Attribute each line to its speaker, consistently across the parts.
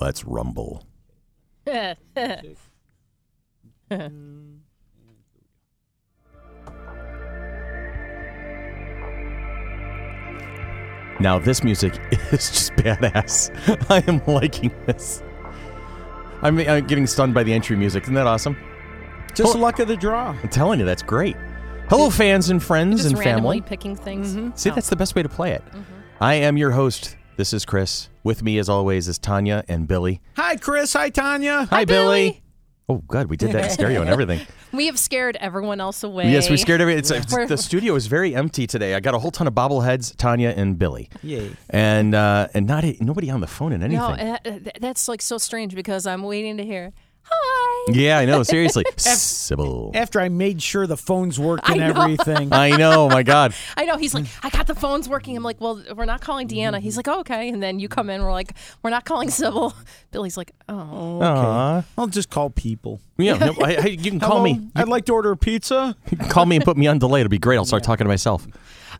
Speaker 1: Let's rumble. Now this music is just badass. I am liking this. I'm, I'm getting stunned by the entry music. Isn't that awesome?
Speaker 2: Just
Speaker 1: Oh.
Speaker 2: luck of the draw.
Speaker 1: I'm telling you, that's great. Hello, fans and friends
Speaker 3: Just
Speaker 1: and
Speaker 3: randomly Mm-hmm.
Speaker 1: family.
Speaker 3: picking things.
Speaker 1: See,
Speaker 3: Oh.
Speaker 1: that's the best way to play it. I am your host. This is Chris. With me, as always, is Tanya and Billy.
Speaker 2: Hi, Chris. Hi, Tanya.
Speaker 1: Hi, Billy. Oh, God, we did that in stereo and everything.
Speaker 3: We have scared everyone else away.
Speaker 1: Yes, we scared every. It's,
Speaker 3: We're-
Speaker 1: it's, the studio is very empty today. I got a whole ton of bobbleheads, Tanya and Billy,
Speaker 2: Yay.
Speaker 1: and uh, and not a, nobody on the phone and anything.
Speaker 3: No, uh, uh, th- that's like so strange because I'm waiting to hear. Hi.
Speaker 1: yeah, I know. Seriously, Sybil.
Speaker 2: After I made sure the phones worked and
Speaker 3: I know.
Speaker 2: everything.
Speaker 1: I know. My God.
Speaker 3: I know he's like, I got the phones working. I'm like, well, we're not calling Deanna.
Speaker 1: Mm-hmm.
Speaker 3: He's like, oh, okay. And then you come in, we're like, we're not calling Sybil. Billy's like, oh,
Speaker 1: Aw.
Speaker 2: I'll just call people.
Speaker 1: Yeah. No, I, I, you can call
Speaker 2: Hello,
Speaker 1: me.
Speaker 2: I'd like to order a pizza.
Speaker 1: You can call me and put me on delay. It'll be great. I'll start talking to myself.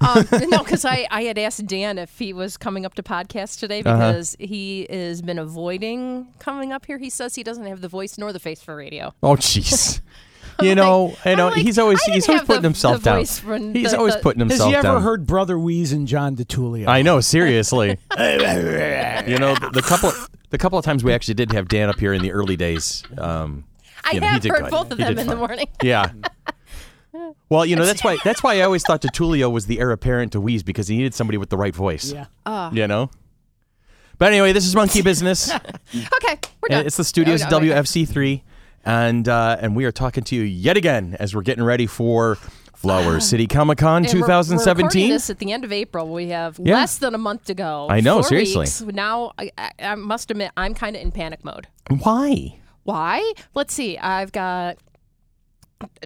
Speaker 3: um, no, because I, I had asked Dan if he was coming up to podcast today
Speaker 1: Uh-huh.
Speaker 3: because he has been avoiding coming up here. He says he doesn't have the voice nor the face for radio.
Speaker 1: Oh, jeez. You know, you
Speaker 3: I'm
Speaker 1: know,
Speaker 3: like,
Speaker 1: he's always
Speaker 3: I
Speaker 1: he's always
Speaker 3: didn't have the-
Speaker 1: putting himself
Speaker 3: the
Speaker 1: down.
Speaker 3: voice for
Speaker 1: he's
Speaker 3: the-
Speaker 1: always
Speaker 3: the-
Speaker 1: putting
Speaker 2: Has
Speaker 1: himself
Speaker 2: he ever
Speaker 1: down.
Speaker 2: heard Brother Wheeze and John DeTulio?
Speaker 1: I know, seriously. you know, the, the couple the couple of times we actually did have Dan up here in the early days. Um,
Speaker 3: I
Speaker 1: you know, he
Speaker 3: have
Speaker 1: did
Speaker 3: heard
Speaker 1: good.
Speaker 3: both of
Speaker 1: He
Speaker 3: them
Speaker 1: did
Speaker 3: in the
Speaker 1: fine.
Speaker 3: morning.
Speaker 1: Yeah. Well, you know that's why that's why I always thought Tertulio was the heir apparent to Wheeze because he needed somebody with the right voice.
Speaker 2: Yeah.
Speaker 3: Ah.
Speaker 1: You know. But anyway, this is Monkey Business.
Speaker 3: Okay, we're
Speaker 1: And Uh,
Speaker 3: done.
Speaker 1: it's the studios
Speaker 3: Oh,
Speaker 1: of
Speaker 3: no, wait.
Speaker 1: WFC3, and uh, and we are talking to you yet again as we're getting ready for Flower City Comic Con
Speaker 3: And we're- We're, recording
Speaker 1: 2017.
Speaker 3: this at the end of April. We have
Speaker 1: Yeah.
Speaker 3: less than a month to go.
Speaker 1: I know,
Speaker 3: Four
Speaker 1: seriously.
Speaker 3: weeks. Now, I, I, I must admit, I'm kind of in panic mode.
Speaker 1: Why?
Speaker 3: Why? Let's see. I've got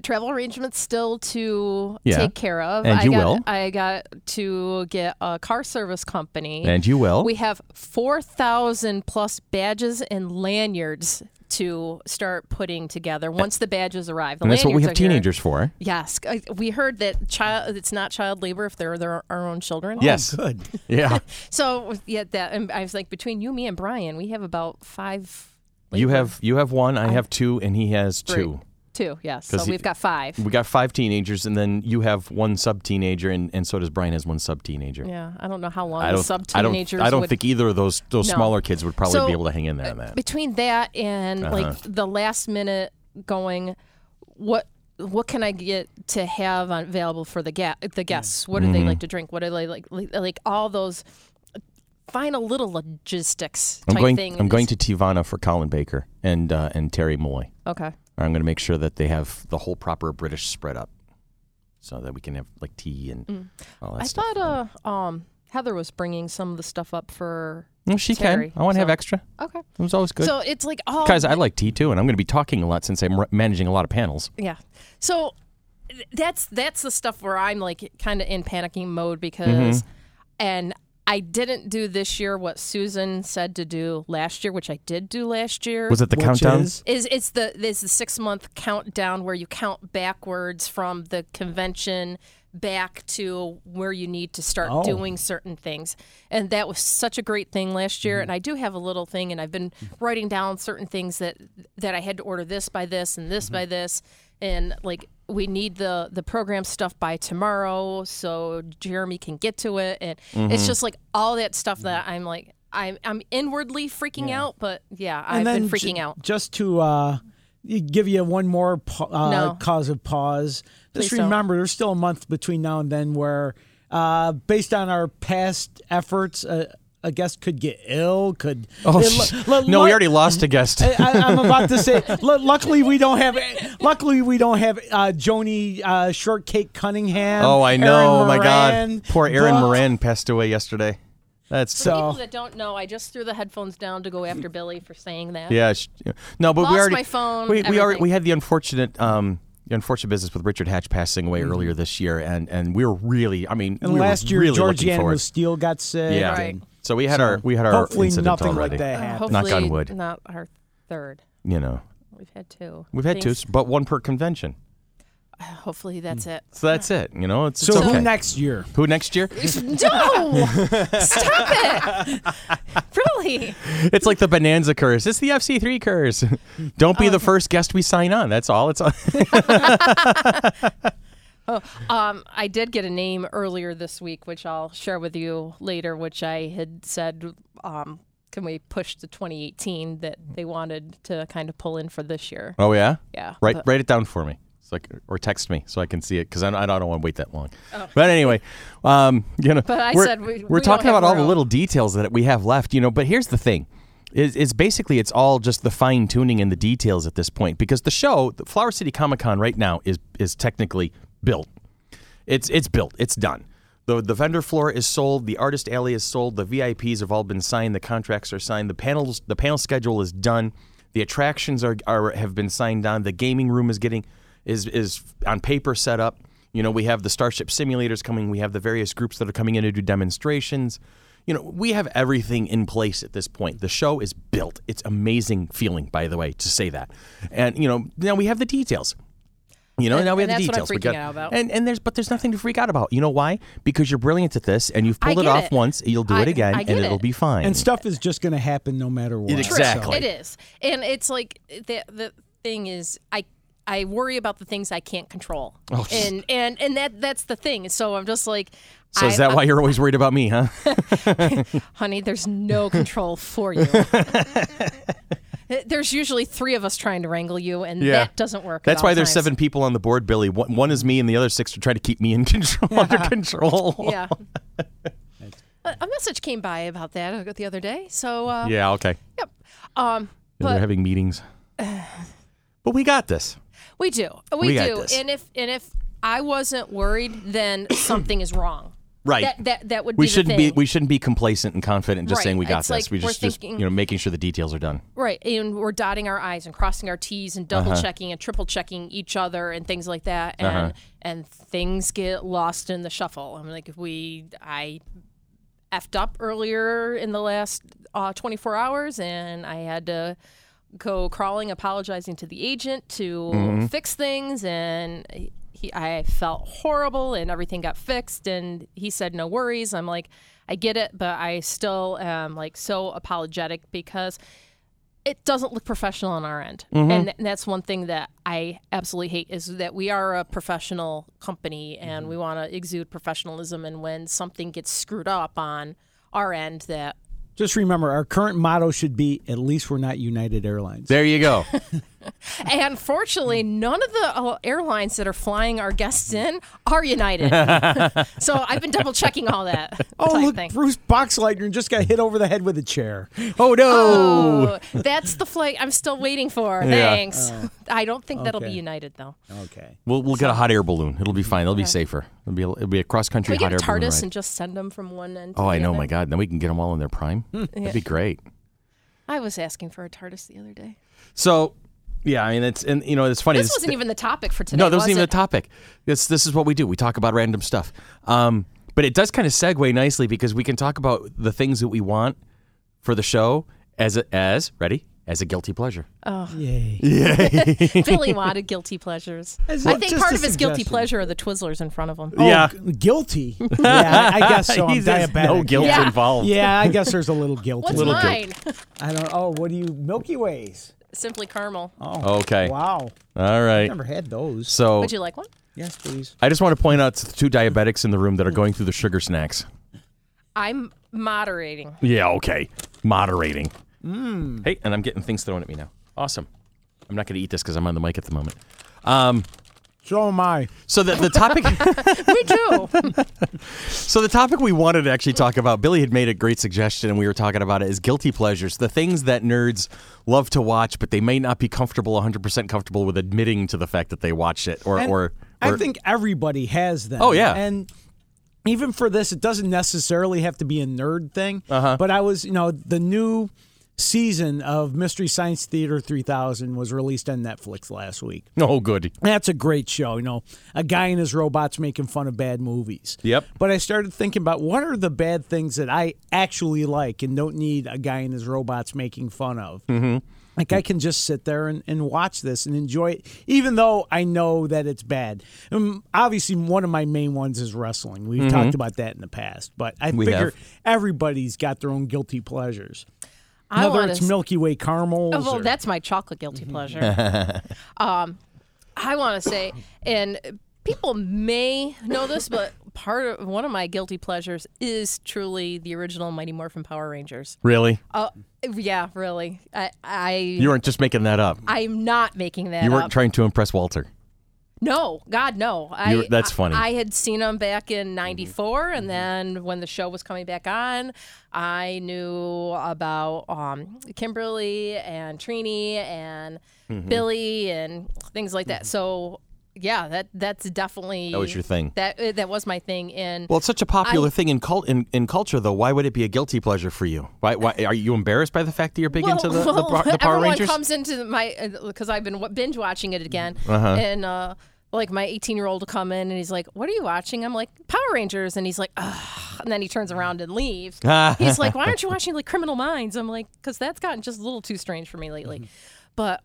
Speaker 3: travel arrangements still to
Speaker 1: Yeah.
Speaker 3: take care of.
Speaker 1: And
Speaker 3: I
Speaker 1: you
Speaker 3: got,
Speaker 1: will.
Speaker 3: I got to get a car service company.
Speaker 1: And you will.
Speaker 3: we have 4,000 plus badges and lanyards to start putting together once the badges arrive. The
Speaker 1: and that's what we have
Speaker 3: lanyards are here. Oh,
Speaker 1: teenagers for.
Speaker 3: Yes, I- we heard that child. It's not child labor if they're their our own children.
Speaker 1: yes.
Speaker 2: Good.
Speaker 1: Yeah.
Speaker 3: So yeah, that and I was like, between you, me, and Brian, we have about five.
Speaker 1: you have you have one. I have two, and he has
Speaker 3: Three.
Speaker 1: two.
Speaker 3: two. Yes, so
Speaker 1: he- Mm.
Speaker 3: we've got five.
Speaker 1: We got five teenagers, and then you have one sub teenager, and, and so does Brian has one sub teenager.
Speaker 3: Yeah, I don't know how long
Speaker 1: I
Speaker 3: the
Speaker 1: don't.
Speaker 3: sub
Speaker 1: I don't.
Speaker 3: teenagers.
Speaker 1: I don't
Speaker 3: would,
Speaker 1: think either of those those
Speaker 3: No.
Speaker 1: smaller kids would probably
Speaker 3: So, uh,
Speaker 1: be able to hang in there on that.
Speaker 3: between that and
Speaker 1: Uh-huh.
Speaker 3: like the last minute going, what what can I get to have on, available for the ga- the
Speaker 1: Mm.
Speaker 3: guests? What do
Speaker 1: Mm-hmm.
Speaker 3: they like to drink? What do they like like, like all those final little logistics
Speaker 1: I'm
Speaker 3: type
Speaker 1: going.
Speaker 3: thing?
Speaker 1: I'm going to Tivana for Colin Baker and uh, and Terry Molloy.
Speaker 3: Okay.
Speaker 1: I'm going to make sure that they have the whole proper British spread up, so that we can have like tea and all that
Speaker 3: Mm. I
Speaker 1: stuff.
Speaker 3: thought uh, um, Heather was bringing some of the stuff up for.
Speaker 1: Well, she
Speaker 3: Terry,
Speaker 1: can. I want to have
Speaker 3: so-
Speaker 1: extra.
Speaker 3: Okay.
Speaker 1: It was always good.
Speaker 3: So um, it's like oh, all
Speaker 1: Guys, I like tea too, and I'm going to be talking a lot since I'm re- managing a lot of panels.
Speaker 3: yeah. So th- that's that's the stuff where I'm like kind of in panicking mode because, and I didn't do this year what Susan said to do last year, which I did do last year.
Speaker 1: Was it the
Speaker 2: Which
Speaker 1: countdown?
Speaker 2: is-
Speaker 3: is it's the there's the six month countdown where you count backwards from the convention back to where you need to start
Speaker 2: Oh.
Speaker 3: doing certain things and that was such a great thing last
Speaker 2: Mm-hmm.
Speaker 3: year and i do have a little thing and i've been writing down certain things that that i had to order this by this and this by
Speaker 2: Mm-hmm.
Speaker 3: this and like we need the the program stuff by tomorrow so jeremy can get to it and
Speaker 2: Mm-hmm.
Speaker 3: it's just like all that stuff that i'm like I'm, I'm inwardly freaking out, but yeah, I've
Speaker 2: And
Speaker 3: been
Speaker 2: then
Speaker 3: freaking
Speaker 2: ju-
Speaker 3: out.
Speaker 2: Just to uh, give you one more pa- uh,
Speaker 3: No.
Speaker 2: cause of pause, just
Speaker 3: Please don't.
Speaker 2: remember there's still a month between now and then where, uh, based on our past efforts, uh, a guest could get ill, could.
Speaker 1: Oh,
Speaker 2: it-
Speaker 1: sh-
Speaker 2: lu- lu-
Speaker 1: no, we
Speaker 2: lu-
Speaker 1: already lost a guest.
Speaker 2: I, I'm about to say. lu- luckily, we don't have. Luckily, we don't have uh, Joni uh, Shortcake Cunningham.
Speaker 1: oh, I
Speaker 2: Aaron
Speaker 1: know. my
Speaker 2: Moran,
Speaker 1: God. Poor Aaron
Speaker 2: but-
Speaker 1: Moran passed away yesterday. That's
Speaker 2: So-
Speaker 3: People that don't know, I just threw the headphones down to go after Billy for saying that.
Speaker 1: Yeah, sh- no, but we
Speaker 3: Lost
Speaker 1: already
Speaker 3: my phone,
Speaker 1: We, we already
Speaker 3: everything.
Speaker 1: we had the unfortunate um the unfortunate business with Richard Hatch passing away earlier this year, and and we were really I mean
Speaker 2: Mm-hmm. And
Speaker 1: we
Speaker 2: last
Speaker 1: were
Speaker 2: year,
Speaker 1: really looking
Speaker 2: Georgianne
Speaker 1: forward.
Speaker 2: was Steele got sick.
Speaker 1: yeah,
Speaker 3: Right.
Speaker 1: so we had our we had our
Speaker 2: Hopefully,
Speaker 1: incident
Speaker 2: nothing
Speaker 1: already.
Speaker 2: like that
Speaker 3: Uh,
Speaker 2: happened.
Speaker 3: hopefully
Speaker 1: Knock on wood.
Speaker 3: Not our third.
Speaker 1: You know,
Speaker 3: We've had two.
Speaker 1: we've had
Speaker 3: Thanks. Mm.
Speaker 1: two, but one per convention.
Speaker 3: Hopefully that's it.
Speaker 1: So that's it. You know, it's,
Speaker 2: So
Speaker 1: it's okay.
Speaker 2: who next year?
Speaker 1: Who next year?
Speaker 3: No! Stop it! Really?
Speaker 1: It's like the Bonanza curse. It's the FC3 curse. Don't
Speaker 3: Oh.
Speaker 1: be the first guest we sign on. That's all. It's
Speaker 3: Um, I did get a name earlier this week, which I'll share with you later, which I had said, um, can we push to 2018 that they wanted to kind of pull in for this year?
Speaker 1: Oh yeah.
Speaker 3: Yeah.
Speaker 1: Write
Speaker 3: but-
Speaker 1: write it down for me. So I c or text me so I can see it because I, don't- I don't want to wait that long. But anyway, um, you know,
Speaker 3: Oh. But I
Speaker 1: we're,
Speaker 3: said we-
Speaker 1: are
Speaker 3: we don't
Speaker 1: talking
Speaker 3: have
Speaker 1: about all the
Speaker 3: room.
Speaker 1: little details that we have left, you know. But here's the thing: is is basically it's all just the fine tuning and the details at this point because the show, the Flower City Comic Con, right now is is technically built. It's it's built. It's done. The the vendor floor is sold. The artist alley is sold. The VIPs have all been signed. The contracts are signed. The panels the panel schedule is done. The attractions are, are have been signed on. The gaming room is getting is is on paper set up. You know we have the Starship simulators coming. We have the various groups that are coming in to do demonstrations. You know we have everything in place at this point. The show is built. It's amazing feeling, by the way, to say that. And you know now we have the details. You know,
Speaker 3: And-
Speaker 1: now we have
Speaker 3: and
Speaker 1: the
Speaker 3: that's what
Speaker 1: details. we
Speaker 3: I'm freaking
Speaker 1: got,
Speaker 3: out about.
Speaker 1: And and there's but there's nothing to freak out about. You know why? Because you're brilliant at this, and you've
Speaker 3: I
Speaker 1: pulled it
Speaker 3: get
Speaker 1: off
Speaker 3: it.
Speaker 1: once. You'll do
Speaker 3: I-
Speaker 1: it again,
Speaker 3: I
Speaker 1: and
Speaker 3: get
Speaker 1: it'll
Speaker 3: it.
Speaker 1: be fine.
Speaker 2: And stuff is just going to happen no matter what.
Speaker 1: True. Exactly.
Speaker 3: It is, and it's like the the thing is, I I worry about the things I can't control,
Speaker 1: Oh,
Speaker 3: and and and that that's the thing. So I'm just like,
Speaker 1: so is
Speaker 3: I-
Speaker 1: that
Speaker 3: I-
Speaker 1: why you're always worried about me, huh?
Speaker 3: honey? There's no control for you. there's usually three of us trying to wrangle you, and
Speaker 1: Yeah.
Speaker 3: that doesn't work. at
Speaker 1: That's
Speaker 3: all
Speaker 1: why there's
Speaker 3: times.
Speaker 1: seven people on the board, Billy. One, one is me, and the other six are trying to keep me in control, under control.
Speaker 3: Yeah. A a message came by about that uh, the other day. So, uh,
Speaker 1: Yeah, Okay.
Speaker 3: yep. Um,
Speaker 1: Yeah, They're
Speaker 3: But-
Speaker 1: having meetings. But we got this.
Speaker 3: We do. We,
Speaker 1: We got
Speaker 3: do.
Speaker 1: this.
Speaker 3: And if and if I wasn't worried, then something is wrong.
Speaker 1: Right.
Speaker 3: That that that would
Speaker 1: we
Speaker 3: be
Speaker 1: shouldn't
Speaker 3: the
Speaker 1: be
Speaker 3: thing.
Speaker 1: we shouldn't be complacent and confident in just
Speaker 3: Right,
Speaker 1: saying we got
Speaker 3: it's
Speaker 1: this.
Speaker 3: like
Speaker 1: we
Speaker 3: we're
Speaker 1: just, just you
Speaker 3: thinking-
Speaker 1: know making sure the details are done.
Speaker 3: right. And we're dotting our I's and crossing our T's and double checking and triple checking each other and things like that. And and things get lost in the shuffle. I'm like if we I effed up earlier in the last uh, 24 hours and I had to go crawling apologizing to the agent to fix things and he, I felt horrible and everything got fixed and he said no worries I'm like I get it but I still am like so apologetic because it doesn't look professional on our end
Speaker 1: Mm-hmm.
Speaker 3: and, th- that's one thing that i absolutely hate is that we are a professional company and
Speaker 1: Mm-hmm.
Speaker 3: we want to exude professionalism and when something gets screwed up on our end that
Speaker 2: Just remember, our current motto should be at least we're not United Airlines.
Speaker 1: There you go.
Speaker 3: and fortunately
Speaker 1: Mm.
Speaker 3: none of the uh, airlines that are flying our guests in are united so i've been double checking all that
Speaker 2: Oh,
Speaker 3: type
Speaker 2: look,
Speaker 3: thing.
Speaker 2: Bruce Boxleitner just got hit over the head with a chair.
Speaker 1: oh no.
Speaker 3: Oh, that's the flight I'm still waiting for. Thanks.
Speaker 1: Oh.
Speaker 3: I don't think that'll be
Speaker 2: Okay.
Speaker 3: United though.
Speaker 2: Okay.
Speaker 1: We'll, we'll get a hot air balloon. It'll be fine. It'll be safer. It'll be a, it'll be a cross
Speaker 3: Can
Speaker 1: country
Speaker 3: we
Speaker 1: hot
Speaker 3: get a
Speaker 1: air balloon
Speaker 3: TARDIS
Speaker 1: ride.
Speaker 3: and just send them from one end. To
Speaker 1: oh,
Speaker 3: the
Speaker 1: I know.
Speaker 3: other?
Speaker 1: My God. Then we can get them all in their prime. That'd be great.
Speaker 3: I was asking for a TARDIS the other day.
Speaker 1: So, yeah, I mean, it's and you know, it's funny.
Speaker 3: This wasn't even the topic for today.
Speaker 1: no, that wasn't
Speaker 3: was
Speaker 1: even
Speaker 3: it?
Speaker 1: a topic. This this is what we do. We talk about random stuff. Um, but it does kind of segue nicely because we can talk about the things that we want for the show as a, as ready as a guilty pleasure.
Speaker 2: Yay.
Speaker 3: Billy wanted guilty pleasures. I
Speaker 2: Is it
Speaker 3: think
Speaker 2: just
Speaker 3: part
Speaker 2: a
Speaker 3: of his guilty
Speaker 2: suggestion?
Speaker 3: pleasure are the Twizzlers in front of him.
Speaker 2: Oh,
Speaker 1: Yeah.
Speaker 2: gu- guilty. Yeah, I I guess so. I'm
Speaker 1: He- there's
Speaker 2: diabetic.
Speaker 1: no guilt
Speaker 3: Yeah.
Speaker 1: involved.
Speaker 2: Yeah, I guess there's a little guilty.
Speaker 3: What's
Speaker 1: Little
Speaker 3: mine?
Speaker 2: I don't. Oh, what do you Milky Ways?
Speaker 3: Simply caramel.
Speaker 1: Okay.
Speaker 2: Wow,
Speaker 1: All right.
Speaker 2: never had those.
Speaker 1: So
Speaker 3: Would you like one?
Speaker 2: yes, please.
Speaker 1: I just want to point out to the two diabetics in the room that are going through the sugar snacks.
Speaker 3: I'm moderating.
Speaker 1: Yeah, okay. Moderating. Mm. Hey, and I'm getting things thrown at me now. Awesome. I'm not going to eat this because I'm on the mic at the moment.
Speaker 2: So am I.
Speaker 1: So the, the topic,
Speaker 3: We do.
Speaker 1: so the topic we wanted to actually talk about, Billy had made a great suggestion, and we were talking about it is guilty pleasures, the things that nerds love to watch, but they may not be comfortable, 100% comfortable with admitting to the fact that they watch it, or
Speaker 2: And
Speaker 1: or,
Speaker 2: I
Speaker 1: or-
Speaker 2: think everybody has them.
Speaker 1: Oh, yeah.
Speaker 2: and even for this, it doesn't necessarily have to be a nerd thing. Uh-huh. But I was, you know, the new season of Mystery Science Theater 3000 was released on Netflix last week.
Speaker 1: Oh, good.
Speaker 2: That's a great show. You know, a guy and his robots making fun of bad movies.
Speaker 1: Yep.
Speaker 2: But I started thinking about what are the bad things that I actually like and don't need a guy and his robots making fun of. Mm-hmm. Like I can just sit there and, and watch this and enjoy it, even though I know that it's bad. Um, obviously, one of my main ones is wrestling. We've talked about that in the past, but I
Speaker 1: Mm-hmm. We
Speaker 2: figure
Speaker 1: have.
Speaker 2: everybody's got their own guilty pleasures.
Speaker 3: I
Speaker 2: Whether
Speaker 3: want
Speaker 2: it's
Speaker 3: to.
Speaker 2: Milky Way caramels.
Speaker 3: Oh, well,
Speaker 2: or-
Speaker 3: that's my chocolate guilty pleasure. um, I want to say, and people may know this, but part of one of my guilty pleasures is truly the original Mighty Morphin Power Rangers.
Speaker 1: Really? Um,
Speaker 3: Oh, yeah, really. I, I
Speaker 1: You weren't just making that up.
Speaker 3: I'm not making that
Speaker 1: You
Speaker 3: up.
Speaker 1: weren't trying to impress Walter.
Speaker 3: no, God, no.
Speaker 1: You-
Speaker 3: I,
Speaker 1: that's funny. Mm-hmm.
Speaker 3: I, I had seen them back in '94, and then when the show was coming back on, I knew about um, Kimberly and Trini and
Speaker 1: Mm-hmm.
Speaker 3: Billy and things like that. So, yeah, that that's definitely
Speaker 1: That was your thing.
Speaker 3: That uh, that was my thing. And
Speaker 1: Well, it's such a popular thing in, cult, in in culture, though. Why would it be a guilty pleasure for you? Why, why are you embarrassed by the fact that you're big into the, the, Power- the Power
Speaker 3: everyone
Speaker 1: Rangers?
Speaker 3: comes into my because I've been w- binge watching it again,
Speaker 1: Uh-huh.
Speaker 3: and uh, like my 18 year old will come in and he's like, "What are you watching?" I'm like, "Power Rangers," and he's like, "Ugh," and then he turns around and leaves. he's like, "Why aren't you watching like Criminal Minds?" I'm like, "Cause that's gotten just a little too strange for me lately,"
Speaker 1: Mm-hmm.
Speaker 3: but.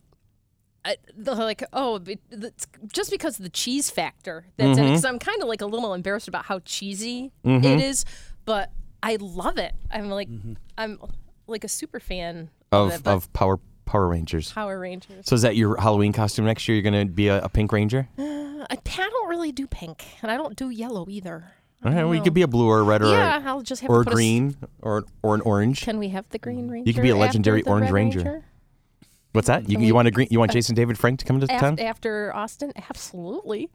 Speaker 3: I, the, like oh, it, it's just because of the cheese factor that's
Speaker 1: Mm-hmm.
Speaker 3: in it. Because I'm kind of like a little embarrassed about how cheesy it is, but I love it. I'm like
Speaker 1: Mm-hmm.
Speaker 3: I'm like a super fan of, it,
Speaker 1: of
Speaker 3: but
Speaker 1: of Power Power Rangers.
Speaker 3: Power Rangers.
Speaker 1: So is that your Halloween costume next year? You're going to be a, a Pink Ranger?
Speaker 3: Uh, I, I don't really do pink, and I don't do yellow either.
Speaker 1: All right, well, you could be a blue or a red or a-
Speaker 3: yeah, I'll just have
Speaker 1: or a
Speaker 3: to put a s-
Speaker 1: green or or an orange.
Speaker 3: can we have the green ranger?
Speaker 1: could be a
Speaker 3: after
Speaker 1: legendary
Speaker 3: the
Speaker 1: Orange
Speaker 3: Red
Speaker 1: Ranger. What's that? You, you want a green? You want Jason David Frank to come to
Speaker 3: Af-
Speaker 1: town?
Speaker 3: after Austin? Absolutely.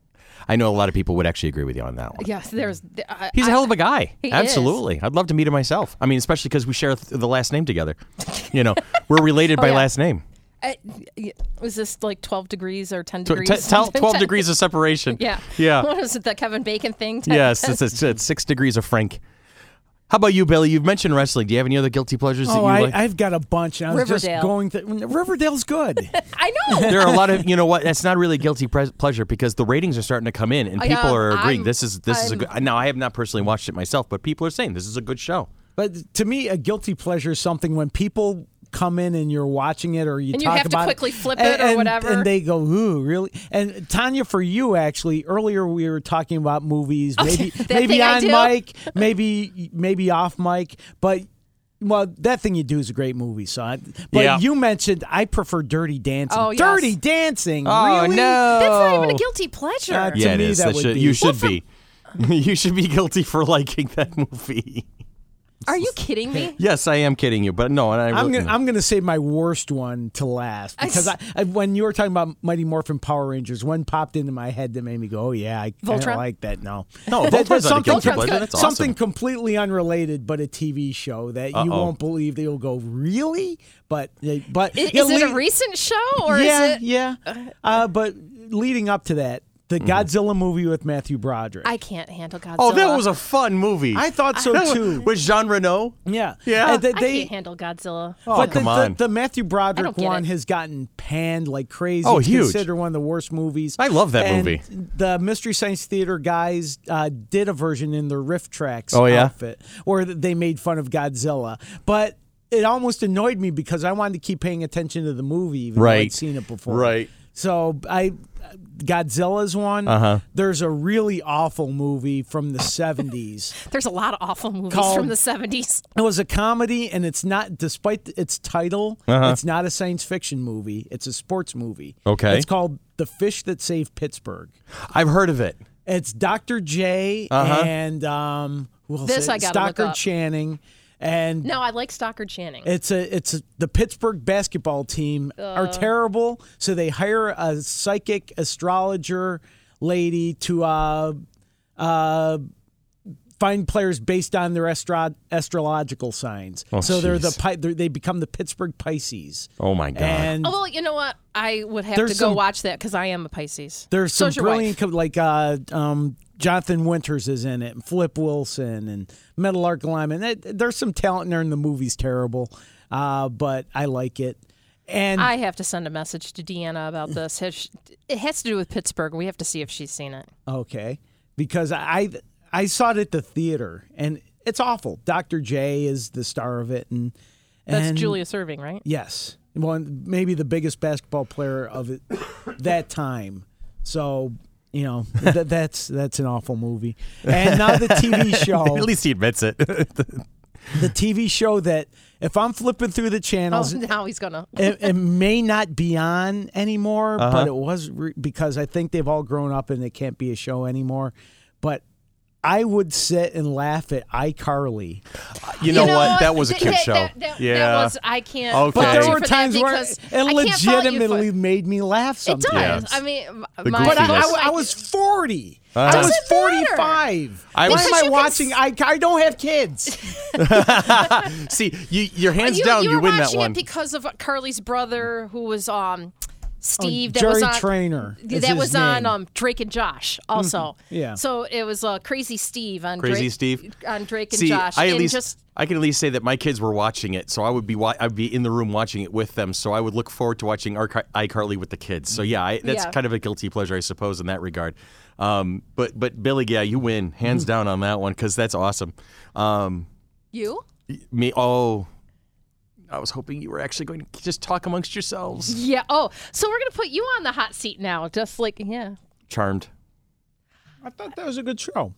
Speaker 1: I know a lot of people would actually agree with you on that one.
Speaker 3: Yes, there's. I,
Speaker 1: He's a hell of a guy.
Speaker 3: He is.
Speaker 1: Absolutely. I'd love to meet him myself. I mean, especially because we share th- the last name together. You know, we're related by
Speaker 3: Oh, yeah.
Speaker 1: last name.
Speaker 3: I, I- was this like 12 degrees or 10
Speaker 1: T-
Speaker 3: degrees?
Speaker 1: t- tell- 12
Speaker 3: 10
Speaker 1: degrees of separation.
Speaker 3: Yeah.
Speaker 1: Yeah.
Speaker 3: What is it? The Kevin Bacon thing? 10
Speaker 1: yes, it's, it's, it's six degrees of Frank. How about you, Billy? You've mentioned wrestling. Do you have any other guilty pleasures that
Speaker 2: Oh,
Speaker 1: you
Speaker 2: I,
Speaker 1: like?
Speaker 2: I've got a bunch. And I was
Speaker 3: Riverdale.
Speaker 2: just going through. Riverdale's good.
Speaker 3: I know.
Speaker 1: there are a lot of you know what that's not really guilty pres- pleasure because the ratings are starting to come in and
Speaker 3: I,
Speaker 1: people
Speaker 3: um,
Speaker 1: are agreeing
Speaker 3: I'm-
Speaker 1: this is this is a good now I have not personally watched it myself but people are saying this is a good show.
Speaker 2: But to me, a guilty pleasure is something when people come in and you're watching it or you
Speaker 3: And you
Speaker 2: talk
Speaker 3: have to
Speaker 2: about
Speaker 3: quickly flip it
Speaker 2: and-
Speaker 3: or
Speaker 2: and-
Speaker 3: whatever.
Speaker 2: and they go ooh really and tanya for you actually earlier we were talking about movies maybe
Speaker 3: Oh, that
Speaker 2: maybe
Speaker 3: thing I
Speaker 2: on
Speaker 3: do?
Speaker 2: mic maybe maybe off mic but well that thing you do is a great movie son but
Speaker 1: Yeah.
Speaker 2: you mentioned i prefer dirty dancing
Speaker 3: Oh, yes.
Speaker 2: dirty dancing
Speaker 1: Oh,
Speaker 2: really
Speaker 3: Oh, That's not even a guilty pleasure.
Speaker 2: Uh,
Speaker 1: yeah,
Speaker 2: to
Speaker 1: it
Speaker 2: me,
Speaker 1: is. Oh.
Speaker 2: that
Speaker 1: That
Speaker 2: would
Speaker 1: should,
Speaker 2: be-
Speaker 1: You should be. you should be guilty for liking that movie.
Speaker 3: Are you kidding me?
Speaker 1: yes, I am kidding you, but no, and I
Speaker 2: I'm
Speaker 1: really-
Speaker 2: gonna, I'm gonna save my worst one to last because I,
Speaker 3: s-
Speaker 2: I, when you were talking about Mighty Morphin Power Rangers, one popped into my head that made me go, "Oh yeah, I kind
Speaker 3: Voltron?
Speaker 2: of like that." No,
Speaker 1: No,
Speaker 2: That-
Speaker 1: Voltron's
Speaker 2: that's
Speaker 1: not a
Speaker 2: something,
Speaker 1: guilty
Speaker 3: pleasure.
Speaker 1: That's
Speaker 2: something
Speaker 1: awesome.
Speaker 2: completely unrelated, but a TV show that you
Speaker 1: Uh-oh.
Speaker 2: won't believe that you'll go, "Really?" But eh, but
Speaker 3: Is,
Speaker 2: yeah,
Speaker 3: is it a
Speaker 2: lead-
Speaker 3: recent show or
Speaker 2: yeah,
Speaker 3: is it?
Speaker 2: yeah. Uh, but leading up to that, the
Speaker 1: Mm-hmm.
Speaker 2: Godzilla movie with Matthew Broderick,
Speaker 3: I can't handle Godzilla.
Speaker 1: oh, that was a fun movie.
Speaker 2: I thought so
Speaker 1: That was-
Speaker 2: too.
Speaker 1: With Jean Reno.
Speaker 2: yeah,
Speaker 1: Yeah.
Speaker 2: Uh, they-
Speaker 3: I
Speaker 2: they-
Speaker 3: can't handle Godzilla.
Speaker 2: but
Speaker 1: Oh, come
Speaker 2: the,
Speaker 1: on.
Speaker 2: The, the
Speaker 3: I
Speaker 2: Matthew
Speaker 3: don't
Speaker 2: Broderick
Speaker 3: get
Speaker 2: one
Speaker 3: it.
Speaker 2: has gotten panned like crazy.
Speaker 1: Oh,
Speaker 2: It's
Speaker 1: huge.
Speaker 2: Considered one of the worst movies.
Speaker 1: I love that
Speaker 2: And
Speaker 1: movie.
Speaker 2: The Mystery Science Theater guys uh, did a version in the Riff Tracks
Speaker 1: Oh, yeah?
Speaker 2: outfit where they made fun of Godzilla. But it almost annoyed me because I wanted to keep paying attention to the movie even though
Speaker 1: Right.
Speaker 2: I'd seen it before.
Speaker 1: Right.
Speaker 2: So I Godzilla's one. Uh-huh. There's a really awful movie from the 70s.
Speaker 3: There's a lot of awful movies
Speaker 2: Called-
Speaker 3: from the 70s.
Speaker 2: It was a comedy, and it's not, despite its title, it's not a science fiction movie. It's a sports movie.
Speaker 1: Okay.
Speaker 2: It's called The Fish That Saved Pittsburgh.
Speaker 1: I've heard of it.
Speaker 2: It's Dr. J and um, who else
Speaker 3: This
Speaker 2: is it?
Speaker 3: I gotta look
Speaker 2: Stockard
Speaker 3: up.
Speaker 2: Channing, and
Speaker 3: No, I like Stockard Channing.
Speaker 2: it's a it's a, the Pittsburgh basketball team
Speaker 3: Uh.
Speaker 2: are terrible, so they hire a psychic astrologer lady to uh uh find players based on their astro- astrological signs. so they're the
Speaker 1: Oh, jeez.
Speaker 2: Pi- they're, they become the Pittsburgh Pisces.
Speaker 1: Oh my god.
Speaker 2: And
Speaker 3: oh, well, you know what? I would have
Speaker 2: There's
Speaker 3: to go
Speaker 2: some-
Speaker 3: watch that because I am a Pisces.
Speaker 2: there's some
Speaker 3: So's your
Speaker 2: brilliant
Speaker 3: wife.
Speaker 2: co- like uh um Jonathan Winters is in it, and Flip Wilson and Metal Arc Lyman. That- There's some talent in there, and the movie's terrible. uh, but I like it. And
Speaker 3: I have to send a message to Deanna
Speaker 2: Mm.
Speaker 3: about this. Has she- it has to do with Pittsburgh. We have to see if she's seen it.
Speaker 2: Okay, because I I saw it at the theater and it's awful. Dr. J is the star of it, and,
Speaker 3: That's
Speaker 2: and-
Speaker 3: Julia Serving, right?
Speaker 2: Yes, one maybe the biggest basketball player of it, that time. So you know that that's that's an awful movie. And now the TV show,
Speaker 3: Oh.
Speaker 1: At least he admits it.
Speaker 2: the TV show that if I'm flipping through the
Speaker 3: Oh,
Speaker 2: channels.
Speaker 3: now he's gonna.
Speaker 2: It, it may not be on anymore, but it was re- because I think they've all grown up and it can't be a show anymore. But I would sit and laugh at iCarly.
Speaker 1: you, know, what? That was a
Speaker 3: Th-
Speaker 1: cute
Speaker 3: that-
Speaker 1: show.
Speaker 3: that- that- that
Speaker 1: yeah.
Speaker 3: was. I can't.
Speaker 1: Okay.
Speaker 2: But
Speaker 1: Well,
Speaker 2: there
Speaker 1: you
Speaker 2: were times where it
Speaker 3: and
Speaker 2: legitimately made me laugh
Speaker 3: It
Speaker 2: sometimes.
Speaker 3: does.
Speaker 1: Yes.
Speaker 3: I mean,
Speaker 1: The
Speaker 3: my
Speaker 2: But I,
Speaker 1: goofiness.
Speaker 3: gosh,
Speaker 2: I- I was 40. I
Speaker 1: Doesn't
Speaker 2: was
Speaker 3: matter.
Speaker 2: 45.
Speaker 1: I
Speaker 2: Why
Speaker 1: was-
Speaker 3: Because
Speaker 2: am Uh-huh. I
Speaker 3: you can
Speaker 2: watching?
Speaker 3: s-
Speaker 2: I, I don't have kids.
Speaker 1: See, you, your hands
Speaker 3: uh, you,
Speaker 1: down,
Speaker 3: you
Speaker 1: you,
Speaker 3: were
Speaker 1: win that
Speaker 3: watching
Speaker 1: one.
Speaker 3: it because of Carly's brother, who was um Steve. that
Speaker 2: Jerry
Speaker 3: was on,
Speaker 2: Trainer. is
Speaker 3: that
Speaker 2: his
Speaker 3: was on
Speaker 2: name. Mm-hmm.
Speaker 3: um, Drake and Josh also.
Speaker 2: Yeah.
Speaker 3: So it was uh, Crazy Steve on
Speaker 1: Crazy
Speaker 3: Drake,
Speaker 1: Steve?
Speaker 3: on Drake and
Speaker 1: See,
Speaker 3: Josh.
Speaker 1: I at
Speaker 3: and
Speaker 1: least
Speaker 3: just
Speaker 1: I can at least say that my kids were watching it, so I would be wa- I'd be in the room watching it with them. So I would look forward to watching Ar- iCarly with the kids. So yeah, I, that's
Speaker 3: Yeah.
Speaker 1: kind of a guilty pleasure, I suppose, in that regard. Um, but but Billy, yeah, you win hands
Speaker 3: Mm.
Speaker 1: down on that one because that's awesome. Um,
Speaker 3: you.
Speaker 1: me, oh, I was hoping you were actually going to just talk amongst yourselves.
Speaker 3: Yeah. Oh, so we're gonna put you on the hot seat now, just like yeah.
Speaker 1: Charmed.
Speaker 2: I thought that was a good show.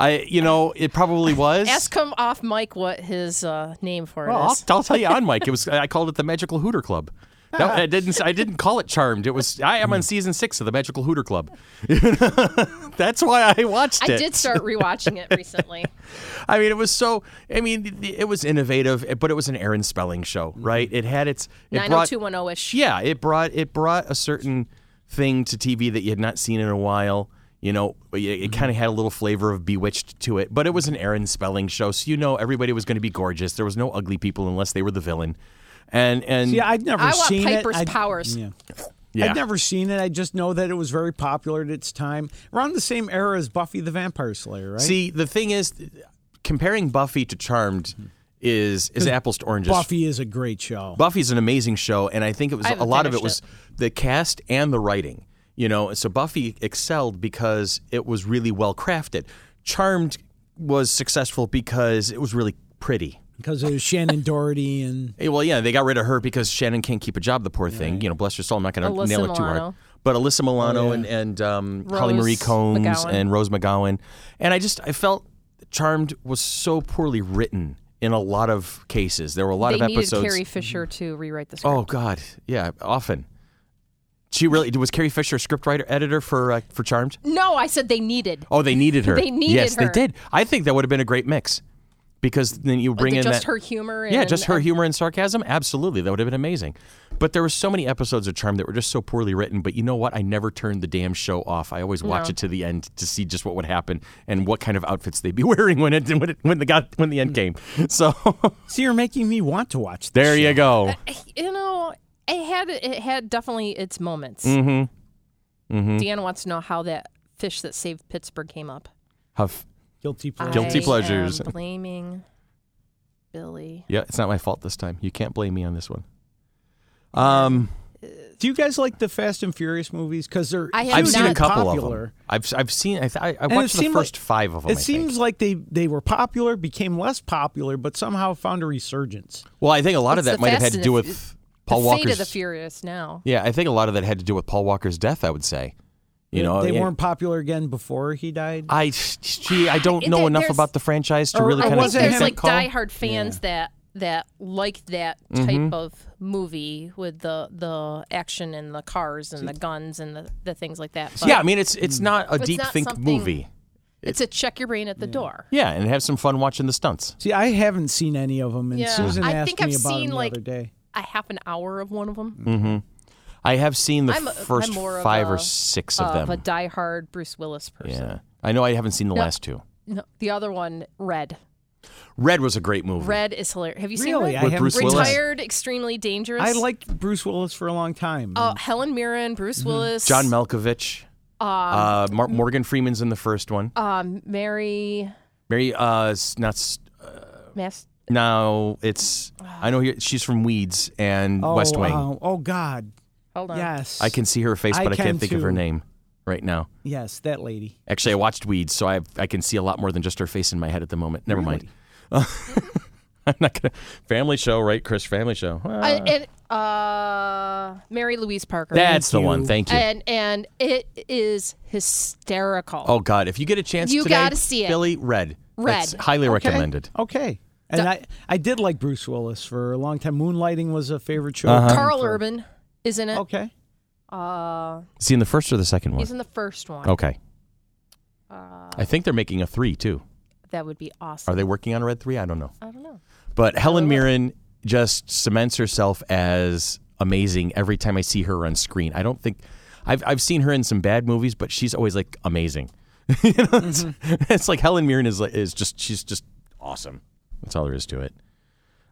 Speaker 1: I, you know, it probably was.
Speaker 3: Ask him off mic what his uh, name for
Speaker 1: Well,
Speaker 3: it
Speaker 1: I'll,
Speaker 3: is.
Speaker 1: I'll tell you on Mike. It was I called it the Magical Hooter Club. That, I didn't I didn't call it Charmed. It was I am on season six of the Magical Hooter Club. That's why I watched
Speaker 3: I
Speaker 1: it.
Speaker 3: did start rewatching it recently.
Speaker 1: I mean, it was so. I mean, it was innovative, but it was an Aaron Spelling show, right? It had its. It
Speaker 3: Mm-hmm. Nine
Speaker 1: brought-
Speaker 3: hundred two one zero ish.
Speaker 1: yeah, it brought it brought a certain thing to TV that you had not seen in a while. You know, it, it kind of had a little flavor of Bewitched to it, but it was an Aaron Spelling show, so you know everybody was going to be gorgeous. There was no ugly people unless they were the villain, and and
Speaker 2: Yeah, I'd never
Speaker 3: I want
Speaker 2: seen
Speaker 3: Piper's
Speaker 2: it. I'd-
Speaker 3: powers.
Speaker 2: yeah.
Speaker 1: Yeah.
Speaker 2: I'd never seen it. I just know that it was very popular at its time, around the same era as Buffy the Vampire Slayer, right?
Speaker 1: see the thing is, comparing Buffy to Charmed is is apples to oranges.
Speaker 2: Buffy is a great show.
Speaker 1: Buffy's an amazing show, and I think it was
Speaker 3: I
Speaker 1: a
Speaker 3: haven't
Speaker 1: lot of it
Speaker 3: finished
Speaker 1: was the cast and the writing. You know, so Buffy excelled because it was really well crafted. Charmed was successful because it was really pretty.
Speaker 2: because it was Shannon Doherty and
Speaker 1: Eh, Well, yeah, they got rid of her because Shannon can't keep a job. The poor thing, you know, bless her soul. I'm not going to
Speaker 3: Alyssa
Speaker 1: nail it too hard.
Speaker 3: Milano.
Speaker 1: But Alyssa Milano and and um, Holly
Speaker 3: Rose
Speaker 1: Marie Combs
Speaker 3: McGowan.
Speaker 1: and Rose McGowan, and I just I felt Charmed was so poorly written in a lot of cases. There were a lot
Speaker 3: They
Speaker 1: of
Speaker 3: needed
Speaker 1: episodes.
Speaker 3: Carrie Fisher to rewrite the script.
Speaker 1: Oh God, yeah, often. She really was Carrie Fisher, scriptwriter, editor for uh, for Charmed.
Speaker 3: No, I said they needed.
Speaker 1: Oh, they needed her.
Speaker 3: They needed
Speaker 1: yes,
Speaker 3: her.
Speaker 1: they did. I think that would have been a great mix because then you bring in
Speaker 3: just
Speaker 1: that,
Speaker 3: her humor. And,
Speaker 1: yeah, just her humor and sarcasm. Absolutely, that would have been amazing. But there were so many episodes of Charmed that were just so poorly written. But you know what? I never turned the damn show off. I always watch it to the end to see just what would happen and what kind of outfits they'd be wearing when it when it, when the got when
Speaker 3: Mm.
Speaker 1: the end came. So
Speaker 2: see, you're making me want to watch. This
Speaker 1: there you
Speaker 3: Uh,
Speaker 1: go.
Speaker 3: You know, it had it had definitely its moments.
Speaker 1: Mm-hmm.
Speaker 3: Deanna wants to know how that fish that saved Pittsburgh came up.
Speaker 1: Huff.
Speaker 2: guilty pleasure.
Speaker 1: Guilty
Speaker 3: I
Speaker 1: pleasures.
Speaker 3: Am blaming Billy.
Speaker 1: Yeah, it's not my fault this time. You can't blame me on this one. Um,
Speaker 2: Do you guys like the Fast and Furious movies? Because they're
Speaker 3: I have
Speaker 1: I've
Speaker 3: They're
Speaker 1: seen a
Speaker 3: not
Speaker 1: couple
Speaker 2: popular.
Speaker 1: of them. I've I've seen. I, th- I, I
Speaker 2: it
Speaker 1: watched the
Speaker 2: seemed like-
Speaker 1: first five of them.
Speaker 2: It
Speaker 1: I think.
Speaker 2: seems like they they were popular, became less popular, but somehow found a resurgence.
Speaker 1: Well, I think a lot of
Speaker 3: It's
Speaker 1: that
Speaker 3: the
Speaker 1: might have had
Speaker 3: Fast
Speaker 1: to
Speaker 3: and
Speaker 1: do
Speaker 3: the
Speaker 1: with Paul
Speaker 3: the fate
Speaker 1: Walker's.
Speaker 3: of the Furious now.
Speaker 1: yeah, I think a lot of that had to do with Paul Walker's death. I would say. You
Speaker 2: They-
Speaker 1: know,
Speaker 2: they
Speaker 1: yeah.
Speaker 2: weren't popular again before he died.
Speaker 1: I gee, I don't
Speaker 3: It-
Speaker 1: know
Speaker 3: there-
Speaker 1: enough
Speaker 3: there's-
Speaker 1: about the franchise to
Speaker 2: Or-
Speaker 1: really
Speaker 2: or
Speaker 1: kind
Speaker 2: was
Speaker 1: of
Speaker 2: it
Speaker 1: make
Speaker 3: There's
Speaker 1: that
Speaker 2: him-
Speaker 3: like
Speaker 1: call.
Speaker 3: diehard fans that that like that
Speaker 1: Mm-hmm.
Speaker 3: type of movie with the the action and the cars and the guns and the, the things like that. But
Speaker 1: yeah, I mean, it's it's not a
Speaker 3: It's
Speaker 1: deep
Speaker 3: not
Speaker 1: think
Speaker 3: Hmm. something-
Speaker 1: movie.
Speaker 3: it's a check your brain at the door.
Speaker 1: Yeah, and have some fun watching the stunts.
Speaker 2: See, I haven't seen any of them, and
Speaker 3: Yeah.
Speaker 2: Susan
Speaker 3: I
Speaker 2: asked
Speaker 3: think
Speaker 2: me
Speaker 3: I've
Speaker 2: about
Speaker 3: seen,
Speaker 2: them
Speaker 3: like-
Speaker 2: the other day.
Speaker 3: A half an hour of one of them.
Speaker 1: I have seen the
Speaker 3: I'm a- I'm
Speaker 1: first
Speaker 3: more of
Speaker 1: five or
Speaker 3: a-
Speaker 1: six of
Speaker 3: of a
Speaker 1: them.
Speaker 3: diehard Bruce Willis person.
Speaker 1: Yeah, I know I haven't seen the last two.
Speaker 3: No, the other one, Red.
Speaker 1: Red was a great movie.
Speaker 3: Red is hilarious. Have you seen
Speaker 2: Really,
Speaker 3: Red?
Speaker 2: I
Speaker 1: With
Speaker 2: haven't.
Speaker 1: Bruce
Speaker 2: seen
Speaker 1: Willis.
Speaker 2: them.
Speaker 3: Retired, extremely dangerous.
Speaker 2: I liked Bruce Willis for a long time.
Speaker 3: uh, Helen Mirren, Bruce Willis,
Speaker 1: Mm-hmm. John Malkovich.
Speaker 3: uh,
Speaker 1: Uh, Mar- Morgan Freeman's in the first one.
Speaker 3: um, Mary
Speaker 1: Mary, uh, s- not s-
Speaker 3: Mas-
Speaker 1: No, it's I know here, she's from Weeds and
Speaker 2: Oh,
Speaker 1: West Wing.
Speaker 2: wow. oh God.
Speaker 3: Hold on.
Speaker 2: Yes.
Speaker 1: I can see her face,
Speaker 2: I
Speaker 1: but I,
Speaker 2: can
Speaker 1: can't think of her
Speaker 2: too.
Speaker 1: name right now.
Speaker 2: Yes, that lady.
Speaker 1: Actually, I watched Weeds, so I I can see a lot more than just her face in my head at the moment. Never mind. I'm not gonna family show, right, Chris? Family show. Ah.
Speaker 3: I, it, uh, Mary Louise Parker.
Speaker 1: That's the
Speaker 2: you.
Speaker 1: one. Thank you.
Speaker 3: and and it is hysterical.
Speaker 1: oh God, if you get a chance,
Speaker 3: You
Speaker 1: today,
Speaker 3: gotta see it.
Speaker 1: Billy Red.
Speaker 3: Red.
Speaker 1: That's highly
Speaker 3: Okay.
Speaker 1: recommended.
Speaker 2: Okay. And I, I did like Bruce Willis for a long time. Moonlighting was a favorite show.
Speaker 1: Uh-huh.
Speaker 2: of mine
Speaker 3: Carl
Speaker 2: for-
Speaker 3: Urban is in it.
Speaker 2: Okay.
Speaker 1: Oh.
Speaker 3: Uh,
Speaker 1: Is he in the first or the second one?
Speaker 3: he's in the first one. Uh,
Speaker 1: Okay. I think they're making a three too.
Speaker 3: That would be
Speaker 1: Oh. Are
Speaker 3: awesome.
Speaker 1: they working on a Red Three? I don't know.
Speaker 3: I don't know.
Speaker 1: But Helen Mirren just cements herself as amazing every time I see her on screen. I don't think I've I've seen her in some bad movies, but she's always like amazing. you know, it's, it's like Helen Mirren is like- is just she's just awesome. That's all there is to it.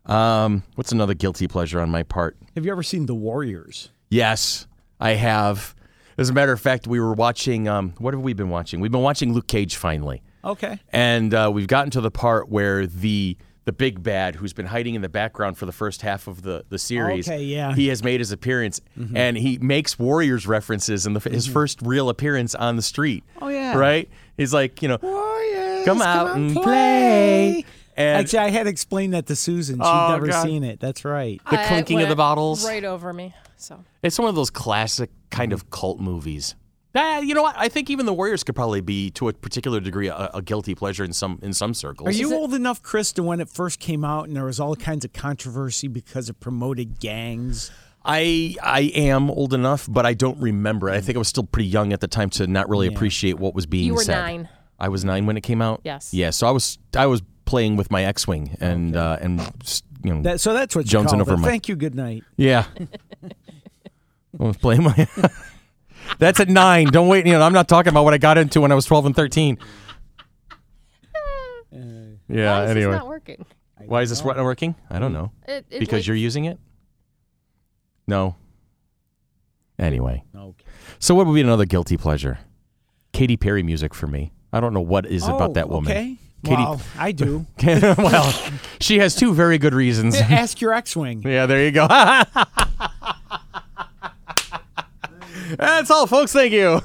Speaker 1: Um, what's another guilty pleasure on my part?
Speaker 2: Have you ever seen The Warriors?
Speaker 1: Yes, I have. As a matter of fact, we were watching. Um, what have we been watching? We've been watching Luke Cage finally
Speaker 2: Okay.
Speaker 1: and uh, we've gotten to the part where the the big bad who's been hiding in the background for the first half of the the series
Speaker 2: Okay, yeah. Mm-hmm.
Speaker 1: he has made his appearance and he makes warriors references in the, his first real appearance on the street
Speaker 2: Oh, yeah.
Speaker 1: right he's like you know
Speaker 2: Warriors.
Speaker 1: come out and play, and
Speaker 2: Actually, I had to explain that to Susan. She'd
Speaker 1: Oh,
Speaker 2: never
Speaker 1: God.
Speaker 2: seen it. That's right.
Speaker 1: the clinking of the
Speaker 3: went
Speaker 1: bottles
Speaker 3: right over me. So
Speaker 1: it's one of those classic kind of cult movies Ah, you know what? I think even the Warriors could probably be, to a particular degree, a, a guilty pleasure in some in some circles.
Speaker 2: Are you old enough, Chris, to when it first came out and there was all kinds of controversy because it promoted gangs?
Speaker 1: I I am old enough, but I don't remember. it. I think I was still pretty young at the time to not really appreciate what was being
Speaker 3: You were
Speaker 1: said.
Speaker 3: nine.
Speaker 1: I was nine when it came out.
Speaker 3: Yes.
Speaker 1: Yeah. So I was I was playing with my X wing and uh, and s- you know
Speaker 2: That, so that's what you
Speaker 1: Jones and
Speaker 2: called it.
Speaker 1: Overmyer.
Speaker 2: Thank you. Good night.
Speaker 1: yeah. I was playing my. That's at nine. Don't wait. You know I'm not talking about what I got into when I was twelve and thirteen. Yeah.
Speaker 3: Why is this
Speaker 1: anyway,
Speaker 3: not working.
Speaker 1: why is this not working? Uh, I don't know.
Speaker 3: It, it,
Speaker 1: Because
Speaker 3: like-
Speaker 1: you're using it. No. Anyway.
Speaker 2: Okay.
Speaker 1: So what would be another guilty pleasure? Katy Perry music for me. I don't know what is
Speaker 2: Oh,
Speaker 1: about that woman.
Speaker 2: Okay.
Speaker 1: Katy-
Speaker 2: Well, I do.
Speaker 1: well, she has two very good reasons.
Speaker 2: Ask your ex-wing.
Speaker 1: yeah, there you go. That's all, folks. Thank you.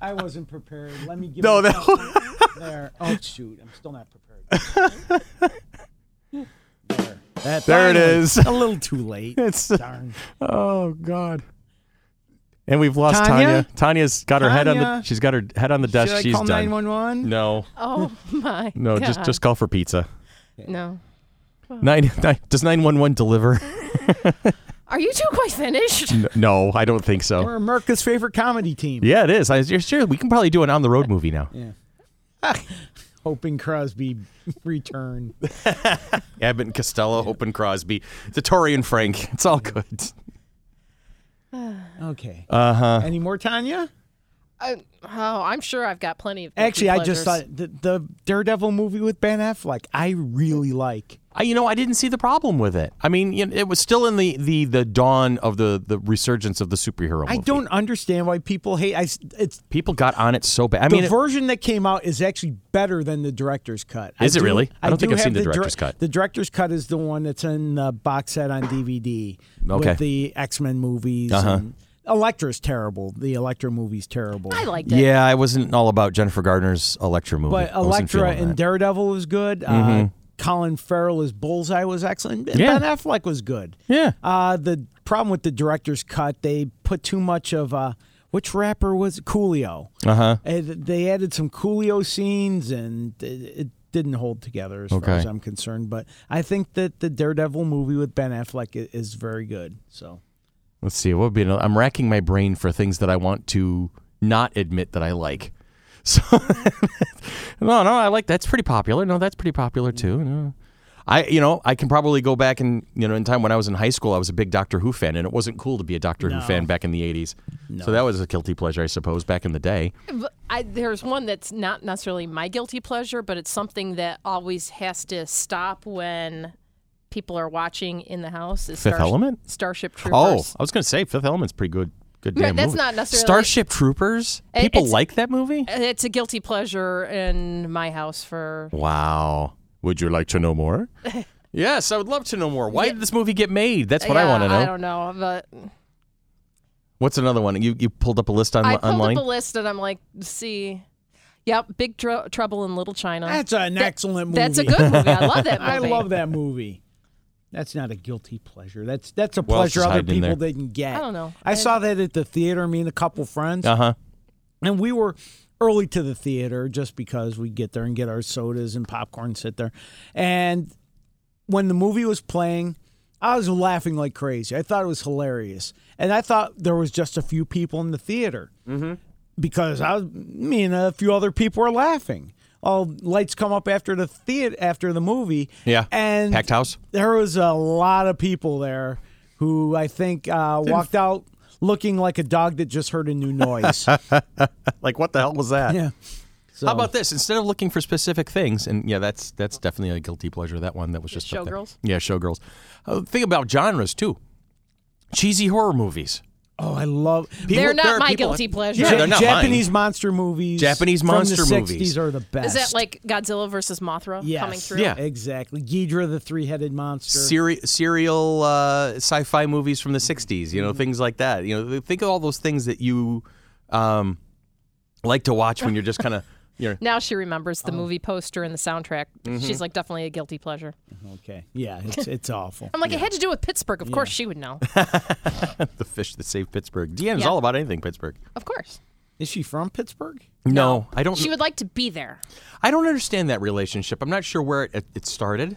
Speaker 2: I wasn't prepared. Let me give
Speaker 1: No,
Speaker 2: it
Speaker 1: that-
Speaker 2: something there. Oh shoot, I'm still not prepared. there. That-
Speaker 1: There it
Speaker 2: finally.
Speaker 1: is.
Speaker 2: A little too late.
Speaker 1: it's
Speaker 2: Darn.
Speaker 1: oh god. And we've lost
Speaker 2: Tanya?
Speaker 1: Tanya. Tanya's got her head on the.
Speaker 2: Tanya?
Speaker 1: She's got her head on the desk.
Speaker 2: Should I
Speaker 1: she's
Speaker 2: call
Speaker 1: done.
Speaker 2: 911?
Speaker 1: No,
Speaker 3: Oh my.
Speaker 1: no, just
Speaker 3: God.
Speaker 1: just call for pizza.
Speaker 3: no.
Speaker 1: Nine, nine does nine one one deliver?
Speaker 3: Are you two quite finished?
Speaker 1: no, I don't think so.
Speaker 2: We're America's favorite comedy team.
Speaker 1: Yeah, it is. I, you're sure we can probably do an on the road movie now.
Speaker 2: Hoping Crosby return.
Speaker 1: Abbott and Costello, Hope and Crosby, the Tory and Frank. It's all good.
Speaker 2: Okay. Uh
Speaker 1: Uh-huh.
Speaker 2: huh. Any more, Tanya?
Speaker 3: Uh, oh, I'm sure I've got plenty of. guilty
Speaker 2: Actually, I just
Speaker 3: pleasures.
Speaker 2: thought the, the Daredevil movie with Ben Affleck. I really like.
Speaker 1: I, you know, I didn't see the problem with it. I mean, you know, it was still in the, the, the dawn of the, the resurgence of the superhero movie.
Speaker 2: I don't understand why people hate. I s it's
Speaker 1: People got on it so bad. I mean,
Speaker 2: the
Speaker 1: it-
Speaker 2: version that came out is actually better than the director's cut.
Speaker 1: Is it really? I don't think
Speaker 2: do
Speaker 1: I've seen
Speaker 2: have
Speaker 1: the
Speaker 2: dir-
Speaker 1: director's cut.
Speaker 2: The director's cut is the one that's in the box set on DVD
Speaker 1: Okay. Uh-huh.
Speaker 2: with the X Men movies. and Electra's terrible. The Electra movie's terrible.
Speaker 3: I liked it.
Speaker 1: yeah, I wasn't all about Jennifer Gardner's Electra movie.
Speaker 2: but
Speaker 1: I wasn't
Speaker 2: Electra
Speaker 1: feeling
Speaker 2: and
Speaker 1: that. Mm-hmm.
Speaker 2: Daredevil was good. Uh, Colin Farrell as Bullseye was excellent. and
Speaker 1: Yeah.
Speaker 2: Ben Affleck was good.
Speaker 1: Yeah.
Speaker 2: Uh, the problem with the director's cut, they put too much of uh, which rapper was it? Coolio. Uh-huh. they added some Coolio scenes, and it, it didn't hold together as far
Speaker 1: Okay.
Speaker 2: as I'm concerned. But I think that the Daredevil movie with Ben Affleck i- is very good. So
Speaker 1: Let's see. What would be? another- I'm racking my brain for things that I want to not admit that I like. So, no, no, I like that's pretty popular. No, that's pretty popular too. No. I, you know, I can probably go back and you know, in time when I was in high school, I was a big Doctor Who fan, and it wasn't cool to be a Doctor Who fan back in the '80s. So that was a guilty pleasure, I suppose, back in the day.
Speaker 3: But I, there's one that's not necessarily my guilty pleasure, but it's something that always has to stop when people are watching in the house. Is
Speaker 1: Fifth Element?
Speaker 3: Starship
Speaker 1: Oh,
Speaker 3: Troopers.
Speaker 1: I was going to say Fifth Element's pretty good. Good
Speaker 3: Yeah,
Speaker 1: damn
Speaker 3: that's
Speaker 1: movie.
Speaker 3: not necessarily-
Speaker 1: Starship Troopers.
Speaker 3: It-
Speaker 1: People
Speaker 3: it's-
Speaker 1: like that movie.
Speaker 3: It's a guilty pleasure in my house for
Speaker 1: Wow. Would you like to know more? yes, I would love to know more. Why did this movie get made? That's what I
Speaker 3: Yeah,
Speaker 1: want to know.
Speaker 3: I don't know, but
Speaker 1: What's another one? You you pulled up a list on,
Speaker 3: I pulled
Speaker 1: online.
Speaker 3: up a list and I'm like, see, yep, Big Tr- Trouble in Little China.
Speaker 2: That's an excellent movie.
Speaker 3: That's a good movie. I love that movie.
Speaker 2: I love that movie. That's not a guilty pleasure. That's that's a
Speaker 1: else
Speaker 2: pleasure
Speaker 1: is
Speaker 2: other
Speaker 1: hiding in
Speaker 2: people
Speaker 1: there?
Speaker 2: didn't get.
Speaker 3: I don't know.
Speaker 2: I
Speaker 3: I-
Speaker 2: saw that at the theater. Me and a couple friends,
Speaker 1: uh huh.
Speaker 2: and we were early to the theater just because we get there and get our sodas and popcorn, sit there. And when the movie was playing, I was laughing like crazy. I thought it was hilarious, and I thought there was just a few people in the theater
Speaker 1: Mm-hmm.
Speaker 2: because I was, me and a few other people were laughing. All lights come up after the theater after the movie.
Speaker 1: Yeah.
Speaker 2: and
Speaker 1: Packed house.
Speaker 2: There was a lot of people there who I think uh, walked out looking like a dog that just heard a new noise.
Speaker 1: Like what the hell was that? Oh.
Speaker 2: yeah. So,
Speaker 1: How about this? Instead of looking for specific things, and yeah, that's that's definitely a guilty pleasure. That one that was just up there.
Speaker 3: Showgirls?
Speaker 1: Yeah, showgirls. Uh, think about genres too. Cheesy horror movies.
Speaker 2: Oh, I love
Speaker 1: People-
Speaker 3: They're not
Speaker 1: there are
Speaker 3: my
Speaker 1: people-
Speaker 3: guilty pleasure.
Speaker 1: Yeah,
Speaker 2: Ja-
Speaker 1: they're not
Speaker 2: Japanese
Speaker 1: mine.
Speaker 2: monster movies.
Speaker 1: Japanese monster
Speaker 2: from the
Speaker 1: movies.
Speaker 2: 60s are the best.
Speaker 3: Is that like Godzilla versus Mothra
Speaker 2: yes.
Speaker 3: coming through?
Speaker 1: Yeah.
Speaker 2: exactly. Ghidra the three-headed monster.
Speaker 1: Seri- serial uh, sci-fi movies from the '60s. You know, things like that. You know, think of all those things that you um, like to watch when you're just kind of you know.
Speaker 3: Now she remembers the movie poster and the soundtrack.
Speaker 1: Mm-hmm.
Speaker 3: She's like, definitely a guilty pleasure.
Speaker 2: okay. Yeah, it's, it's awful.
Speaker 3: I'm like, it had to do with Pittsburgh. Of course she would know.
Speaker 1: the fish that saved Pittsburgh. Deanna's
Speaker 3: Yeah.
Speaker 1: all about anything Pittsburgh.
Speaker 3: Of course.
Speaker 2: Is she from Pittsburgh?
Speaker 1: No, I don't.
Speaker 3: She would like to be there.
Speaker 1: I don't understand that relationship. I'm not sure where it, it started.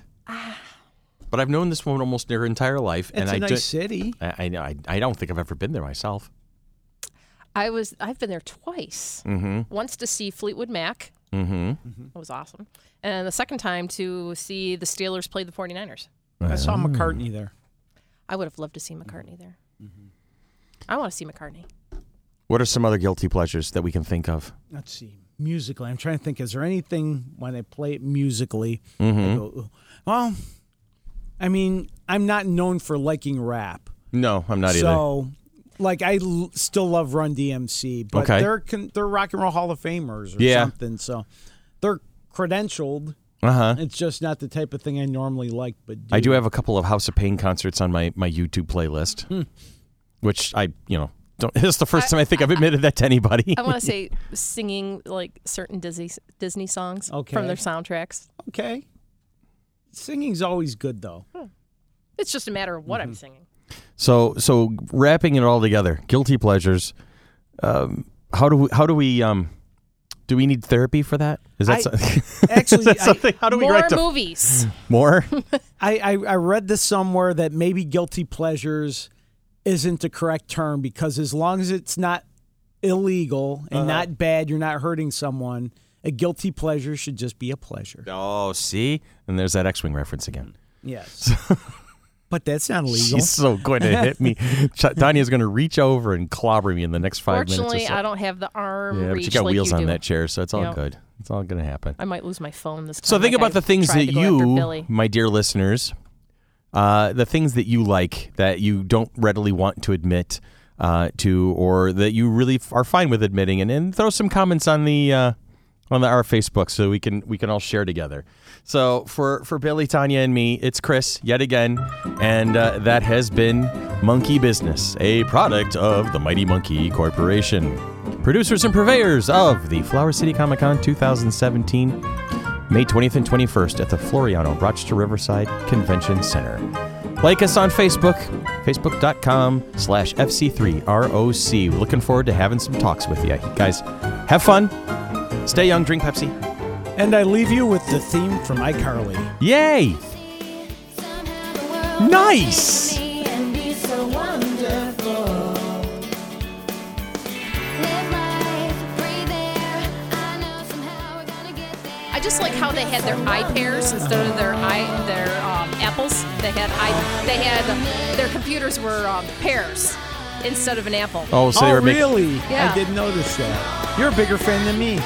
Speaker 1: But I've known this woman almost her entire life, and
Speaker 2: It's a
Speaker 1: I
Speaker 2: nice
Speaker 1: do-
Speaker 2: city.
Speaker 1: I, I know. I, I don't think I've ever been there myself.
Speaker 3: I was I've been there twice. Mm-hmm. Once to see Fleetwood Mac. Mm-hmm. That was awesome. And the second time to see the Steelers play the 49ers.
Speaker 2: I saw
Speaker 1: Mm.
Speaker 2: McCartney there.
Speaker 3: I would have loved to see
Speaker 1: Mm-hmm.
Speaker 3: McCartney there. I want to see McCartney.
Speaker 1: What are some other guilty pleasures that we can think of?
Speaker 2: let's see musically i'm trying to think is there anything when i play it musically I
Speaker 1: Mm-hmm.
Speaker 2: go, "Ooh." well i mean i'm not known for liking rap
Speaker 1: No, I'm not
Speaker 2: so like i l- still love run dmc but
Speaker 1: Okay.
Speaker 2: they're con- they're rock and roll hall of famers or
Speaker 1: Yeah.
Speaker 2: something so they're credentialed
Speaker 1: either. Uh huh.
Speaker 2: it's just not the type of thing i normally like but do.
Speaker 1: I do have a couple of House of Pain concerts on my, my YouTube playlist, which I you know don't. This is the first time I think I've admitted that to anybody.
Speaker 3: I want to say singing like certain Disney Disney songs
Speaker 2: Okay.
Speaker 3: from their soundtracks.
Speaker 2: okay singing's always good though
Speaker 3: It's just a matter of what
Speaker 1: Mm-hmm.
Speaker 3: I'm singing.
Speaker 1: So so wrapping it all together, guilty pleasures. Um, how do we, how do we um do we need therapy for that? Is that
Speaker 2: I-
Speaker 1: something?
Speaker 2: actually I-
Speaker 1: something? How do we
Speaker 3: More
Speaker 1: rectify
Speaker 3: movies.
Speaker 1: mm-hmm. more?
Speaker 2: I, I, I read this somewhere that maybe guilty pleasures isn't the correct term because as long as it's not illegal
Speaker 1: Uh-huh.
Speaker 2: and not bad, you're not hurting someone. A guilty pleasure should just be a pleasure.
Speaker 1: oh, see, and there's that X-wing reference again.
Speaker 2: Yes. but that's not illegal.
Speaker 1: She's so going to hit me. Ch- Tanya's going to reach over and clobber me in the next five minutes. Or
Speaker 3: Fortunately,
Speaker 1: so.
Speaker 3: I don't have the arm
Speaker 1: yeah, but
Speaker 3: reach
Speaker 1: you got
Speaker 3: like
Speaker 1: wheels
Speaker 3: you
Speaker 1: on
Speaker 3: do.
Speaker 1: that chair, so it's all
Speaker 3: Yeah.
Speaker 1: good. It's all going to happen.
Speaker 3: I might lose my phone this time.
Speaker 1: So think
Speaker 3: like
Speaker 1: about
Speaker 3: I
Speaker 1: the things
Speaker 3: tried
Speaker 1: that
Speaker 3: to go after
Speaker 1: you,
Speaker 3: Billy.
Speaker 1: my dear listeners, uh, the things that you like that you don't readily want to admit uh, to, or that you really f- are fine with admitting, and, and throw some comments on the uh, on the, our Facebook so we can we can all share together. So for for Billy, Tanya, and me, it's Chris yet again, and uh, that has been Monkey Business, a product of the Mighty Monkey Corporation. Producers and purveyors of the Flower City Comic Con 2017. May 20th and 21st at the Floriano Rochester Riverside Convention Center. Like us on Facebook, facebook.com slash FC3ROC. We're looking forward to having some talks with you. Guys, have fun. Stay young, drink Pepsi.
Speaker 2: and I leave you with the theme from iCarly.
Speaker 1: Yay! Nice!
Speaker 4: And be so wonderful. Live life, breathe air. I know somehow we're gonna get there.
Speaker 3: I just like how they had their eye pairs instead of their eye their um, apples. They had eye, they had their computers were um, pears instead of an apple.
Speaker 1: Oh, so they
Speaker 2: oh,
Speaker 1: were making.
Speaker 2: really?
Speaker 3: Yeah.
Speaker 2: I didn't notice that. You're a bigger fan than me.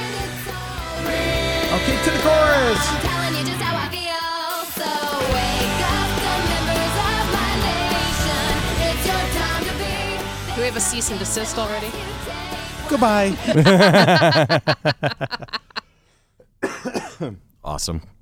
Speaker 2: Okay, to the chorus.
Speaker 4: I'm telling you just how I feel. So wake up the members of my nation. It's your time to be.
Speaker 3: Do we have a cease and desist already?
Speaker 2: Goodbye.
Speaker 1: Awesome.